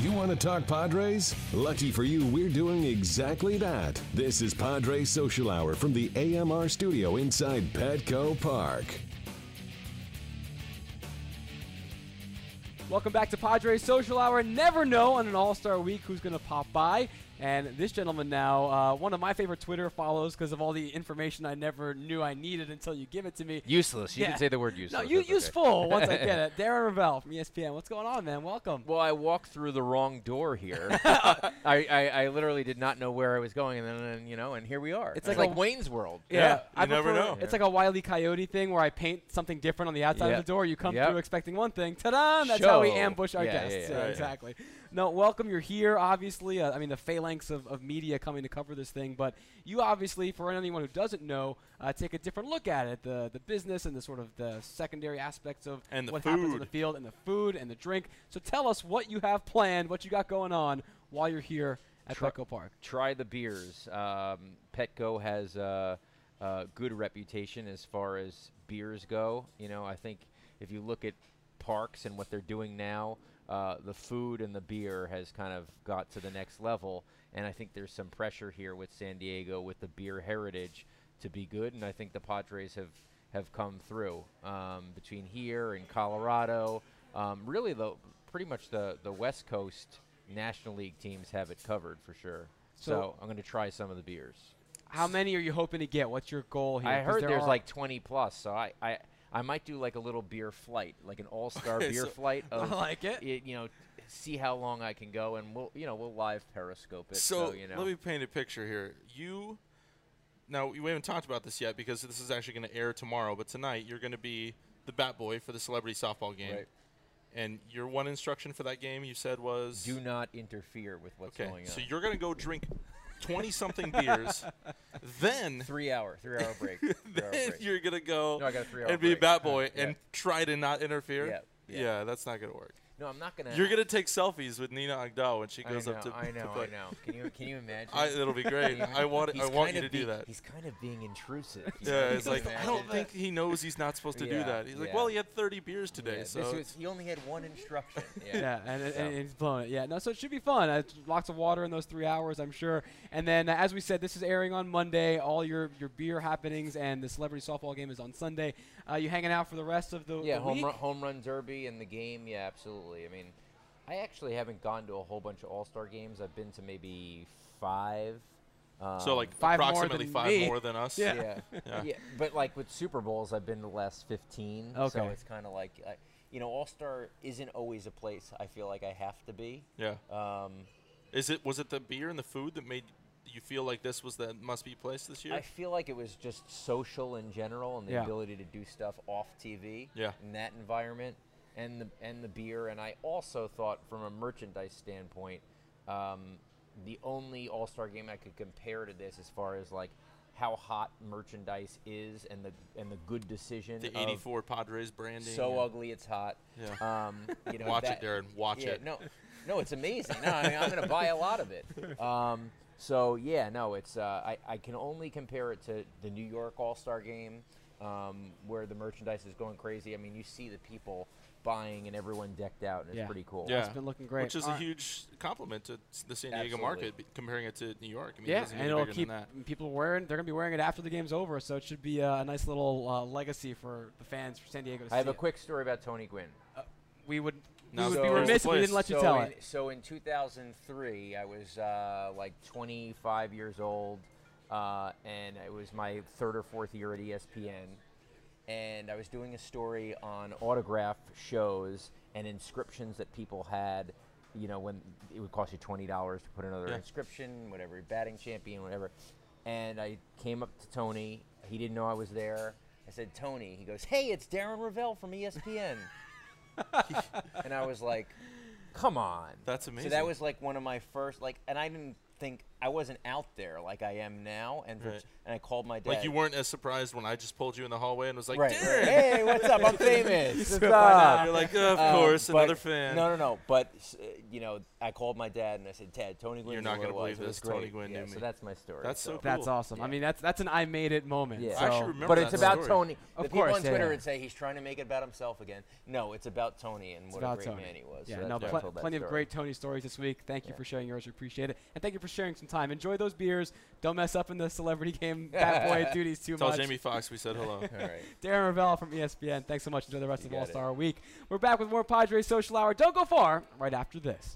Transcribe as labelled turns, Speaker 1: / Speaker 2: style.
Speaker 1: You want to talk Padres? Lucky for you, we're doing exactly that. This is Padres Social Hour from the AMR studio inside Petco Park.
Speaker 2: Welcome back to Padres Social Hour. Never know on an All Star Week who's going to pop by. And this gentleman now, uh, one of my favorite Twitter follows because of all the information I never knew I needed until you give it to me.
Speaker 3: Useless. You
Speaker 2: Yeah.
Speaker 3: can say the word useless.
Speaker 2: No, you,
Speaker 3: That's okay.
Speaker 2: useful once I get it. Darren Ravel from E ESPN. What's going on, man? Welcome.
Speaker 3: Well, I walked through the wrong door here. I, I, I literally did not know where I was going, and then and, you know, and here we are.
Speaker 2: It's
Speaker 3: It's
Speaker 2: like
Speaker 3: like,
Speaker 2: a-
Speaker 3: Wayne's World.
Speaker 4: Yeah, you never know.
Speaker 2: It's like a Wily Coyote thing where I paint something different on the outside
Speaker 3: Yeah.
Speaker 2: of the door. You come
Speaker 3: Yep.
Speaker 2: through expecting one thing. Ta-da! That's how we
Speaker 3: Show.
Speaker 2: ambush our
Speaker 3: Yeah, yeah,
Speaker 2: guests.
Speaker 3: yeah, yeah.
Speaker 2: exactly. No, welcome. You're here, obviously. Uh, I mean, the phalanx of, of media coming to cover this thing. But you obviously, for anyone who doesn't know, uh, take a different look at it. The the business and the sort of the secondary aspects of
Speaker 4: And the
Speaker 2: what happens on the
Speaker 4: food.
Speaker 2: field and the food and the drink. So tell us what you have planned, what you got going on while you're here at
Speaker 3: Tru-
Speaker 2: Petco Park.
Speaker 3: Try the beers. Um, Petco has a, a good reputation as far as beers go. You know, I think if you look at parks and what they're doing now, uh, the food and the beer has kind of got to the next level. And I think there's some pressure here with San Diego with the beer heritage to be good. And I think the Padres have, have come through um, between here and Colorado. Um, really, the pretty much the, the West Coast National League teams have it covered for sure. So,
Speaker 2: So-
Speaker 3: I'm going to try some of the beers.
Speaker 2: How many are you hoping to get? What's your goal here?
Speaker 3: I
Speaker 2: 'Cause
Speaker 3: heard
Speaker 2: there
Speaker 3: there's
Speaker 2: are-
Speaker 3: like 20 plus, so I, I I might do like a little beer flight, like an all-star
Speaker 4: Okay,
Speaker 3: beer
Speaker 4: so-
Speaker 3: flight of
Speaker 2: I like it.
Speaker 3: y- you know, see how long I can go, and we'll you know we'll live periscope it. So,
Speaker 4: So,
Speaker 3: uh, you know,
Speaker 4: let me paint a picture here. You now we haven't talked about this yet because this is actually going to air tomorrow. But tonight you're going to be the bat boy for the celebrity softball game,
Speaker 3: Right.
Speaker 4: and your one instruction for that game you said was
Speaker 3: do not interfere with what's
Speaker 4: okay.
Speaker 3: going on.
Speaker 4: So you're going to go drink twenty something beers, then
Speaker 3: three hour, three hour break. three hour
Speaker 4: then
Speaker 3: break.
Speaker 4: you're going to go
Speaker 3: No, I got a three-hour
Speaker 4: and be a
Speaker 3: break.
Speaker 4: bat
Speaker 3: Huh,
Speaker 4: boy
Speaker 3: yeah.
Speaker 4: and try to not interfere.
Speaker 3: Yeah,
Speaker 4: yeah.
Speaker 3: yeah.
Speaker 4: that's not going to work.
Speaker 3: No, I'm not gonna.
Speaker 4: You're going to take selfies with Nina Agdal when she
Speaker 3: I know,
Speaker 4: goes up to
Speaker 3: I
Speaker 4: to
Speaker 3: know, I
Speaker 4: play.
Speaker 3: know. Can you can you imagine?
Speaker 4: I, it'll be great. I want I
Speaker 3: He's
Speaker 4: want
Speaker 3: kind
Speaker 4: you to
Speaker 3: of
Speaker 4: do
Speaker 3: being-
Speaker 4: that.
Speaker 3: He's kind of being intrusive. you know,
Speaker 4: Yeah,
Speaker 3: can
Speaker 4: it's
Speaker 3: you
Speaker 4: like I don't
Speaker 3: imagine?
Speaker 4: think he knows he's not supposed to do
Speaker 3: Yeah,
Speaker 4: that. He's like,
Speaker 3: yeah.
Speaker 4: well, he had 30 beers today,
Speaker 3: Yeah, this
Speaker 4: so
Speaker 3: was- he only had one instruction.
Speaker 2: yeah, and, and,
Speaker 3: So.
Speaker 2: and it's blown it. Yeah, no, so it should be fun. Uh, lots of water in those three hours, I'm sure. And then, uh, as we said, this is airing on Monday. All your, your beer happenings and the celebrity softball game is on Sunday. Uh, you hanging out for the rest of the,
Speaker 3: Yeah,
Speaker 2: the
Speaker 3: home
Speaker 2: week?
Speaker 3: run, home run derby and the game. Yeah, absolutely. I mean, I actually haven't gone to a whole bunch of All Star games. I've been to maybe five. Um,
Speaker 4: so like
Speaker 2: Five more
Speaker 4: approximately
Speaker 2: than
Speaker 4: five
Speaker 2: me.
Speaker 4: more than us.
Speaker 2: Yeah.
Speaker 3: yeah.
Speaker 4: Yeah.
Speaker 3: yeah, But like with Super Bowls, I've been to the last fifteen.
Speaker 2: Okay.
Speaker 3: So it's kind of like, I, you know, All Star isn't always a place I feel like I have to be.
Speaker 4: Yeah.
Speaker 3: Um,
Speaker 4: Is it was it the beer and the food that made you feel like this was the must be place this year?
Speaker 3: I feel like it was just social in general and the
Speaker 2: Yeah.
Speaker 3: ability to do stuff off TV
Speaker 4: Yeah.
Speaker 3: in that environment and the and the beer and I also thought from a merchandise standpoint um, the only all-star game I could compare to this as far as like how hot merchandise is and the and the good decision
Speaker 4: the
Speaker 3: of
Speaker 4: 84 Padres branding.
Speaker 3: so
Speaker 4: and-
Speaker 3: ugly it's hot
Speaker 4: Yeah.
Speaker 3: um, you know
Speaker 4: Watch it,
Speaker 3: that-
Speaker 4: Darren. Watch
Speaker 3: yeah,
Speaker 4: it.
Speaker 3: no no it's amazing no I mean, i'm gonna buy a lot of it um, so yeah no it's uh, I, I can only compare it to the new york all-star game um, where the merchandise is going crazy i mean you see the people buying and everyone decked out and it's
Speaker 2: Yeah.
Speaker 3: pretty cool
Speaker 4: Yeah.
Speaker 2: It's been looking great.
Speaker 4: Which is a
Speaker 2: Alright.
Speaker 4: huge compliment to s- the San Diego
Speaker 3: Absolutely.
Speaker 4: market be- comparing it to New York. I mean, it
Speaker 2: Yeah,
Speaker 4: doesn't
Speaker 2: and
Speaker 4: get
Speaker 2: it'll
Speaker 4: bigger
Speaker 2: keep
Speaker 4: than that.
Speaker 2: people wearing. They're gonna be wearing it after the game's over, so it should be uh, a nice little uh, legacy for the fans for San Diego to see.
Speaker 3: i have a
Speaker 2: it.
Speaker 3: quick story about tony gwynn
Speaker 2: We would, we
Speaker 4: Now
Speaker 2: would be
Speaker 4: there's the
Speaker 2: remiss if we
Speaker 4: place.
Speaker 2: didn't let you
Speaker 3: so
Speaker 2: tell
Speaker 3: in,
Speaker 2: it.
Speaker 3: So in 2003, I was uh, like 25 years old, uh, and it was my third or fourth year at E ESPN, and I was doing a story on autograph shows and inscriptions that people had. You know, when it would cost you twenty dollars to put another
Speaker 4: Yeah.
Speaker 3: inscription, whatever, batting champion, whatever. And I came up to Tony. He didn't know I was there. I said, Tony. He goes, Hey, it's Darren Ravel from E ESPN. and I was like, come on.
Speaker 4: That's
Speaker 3: So
Speaker 4: amazing.
Speaker 3: that was like one of my first like, and I didn't think I wasn't out there like I am now, and
Speaker 4: Right.
Speaker 3: and I called my dad.
Speaker 4: Like you weren't as surprised when I just pulled you in the hallway and was like,
Speaker 3: right? right.
Speaker 4: "Darren!"
Speaker 3: Hey, what's up? I'm famous.
Speaker 2: What's
Speaker 3: Why
Speaker 2: up?
Speaker 3: not?
Speaker 4: You're like, "Of
Speaker 3: Um,
Speaker 4: course,
Speaker 3: but-
Speaker 4: another fan."
Speaker 3: No, no, no. But s- uh, you know, I called my dad and I said, "Dad, Tony Gwynn."
Speaker 4: You're
Speaker 3: knew
Speaker 4: not
Speaker 3: who I
Speaker 4: gonna
Speaker 3: was.
Speaker 4: believe
Speaker 3: It was
Speaker 4: this. Tony
Speaker 3: great."
Speaker 4: Gwynn
Speaker 3: yeah,
Speaker 4: knew
Speaker 3: So
Speaker 4: me.
Speaker 3: that's my story.
Speaker 4: That's so
Speaker 2: That's
Speaker 4: Cool.
Speaker 2: awesome. I
Speaker 3: Yeah.
Speaker 2: mean, that's that's an I made it moment.
Speaker 3: Yeah.
Speaker 4: I actually
Speaker 2: so-
Speaker 4: remember
Speaker 3: But
Speaker 4: that
Speaker 3: it's about
Speaker 4: story.
Speaker 3: Tony.
Speaker 2: Of
Speaker 3: the people
Speaker 2: course,
Speaker 3: on
Speaker 2: yeah,
Speaker 3: Twitter
Speaker 2: yeah.
Speaker 3: would say he's trying to make it about himself again. No, it's about Tony and
Speaker 2: It's
Speaker 3: what a
Speaker 2: about
Speaker 3: great
Speaker 2: Tony.
Speaker 3: man he was.
Speaker 2: Yeah,
Speaker 3: so
Speaker 2: no,
Speaker 3: that's why
Speaker 2: pl-
Speaker 3: I told that
Speaker 2: plenty of
Speaker 3: story.
Speaker 2: great Tony stories this week. Thank you
Speaker 3: Yeah.
Speaker 2: for sharing yours. We appreciate it, and thank you for sharing some time. Enjoy those beers. Don't mess up in the celebrity game bad boy duties too
Speaker 4: Tell
Speaker 2: much.
Speaker 4: Jamie Foxx we said hello.
Speaker 3: All right.
Speaker 2: Darren Ravel from E ESPN. Thanks so much. Enjoy the rest of
Speaker 3: got
Speaker 2: All
Speaker 3: it.
Speaker 2: Star Week. We're back with more Padres Social Hour. Don't go far. Right after this.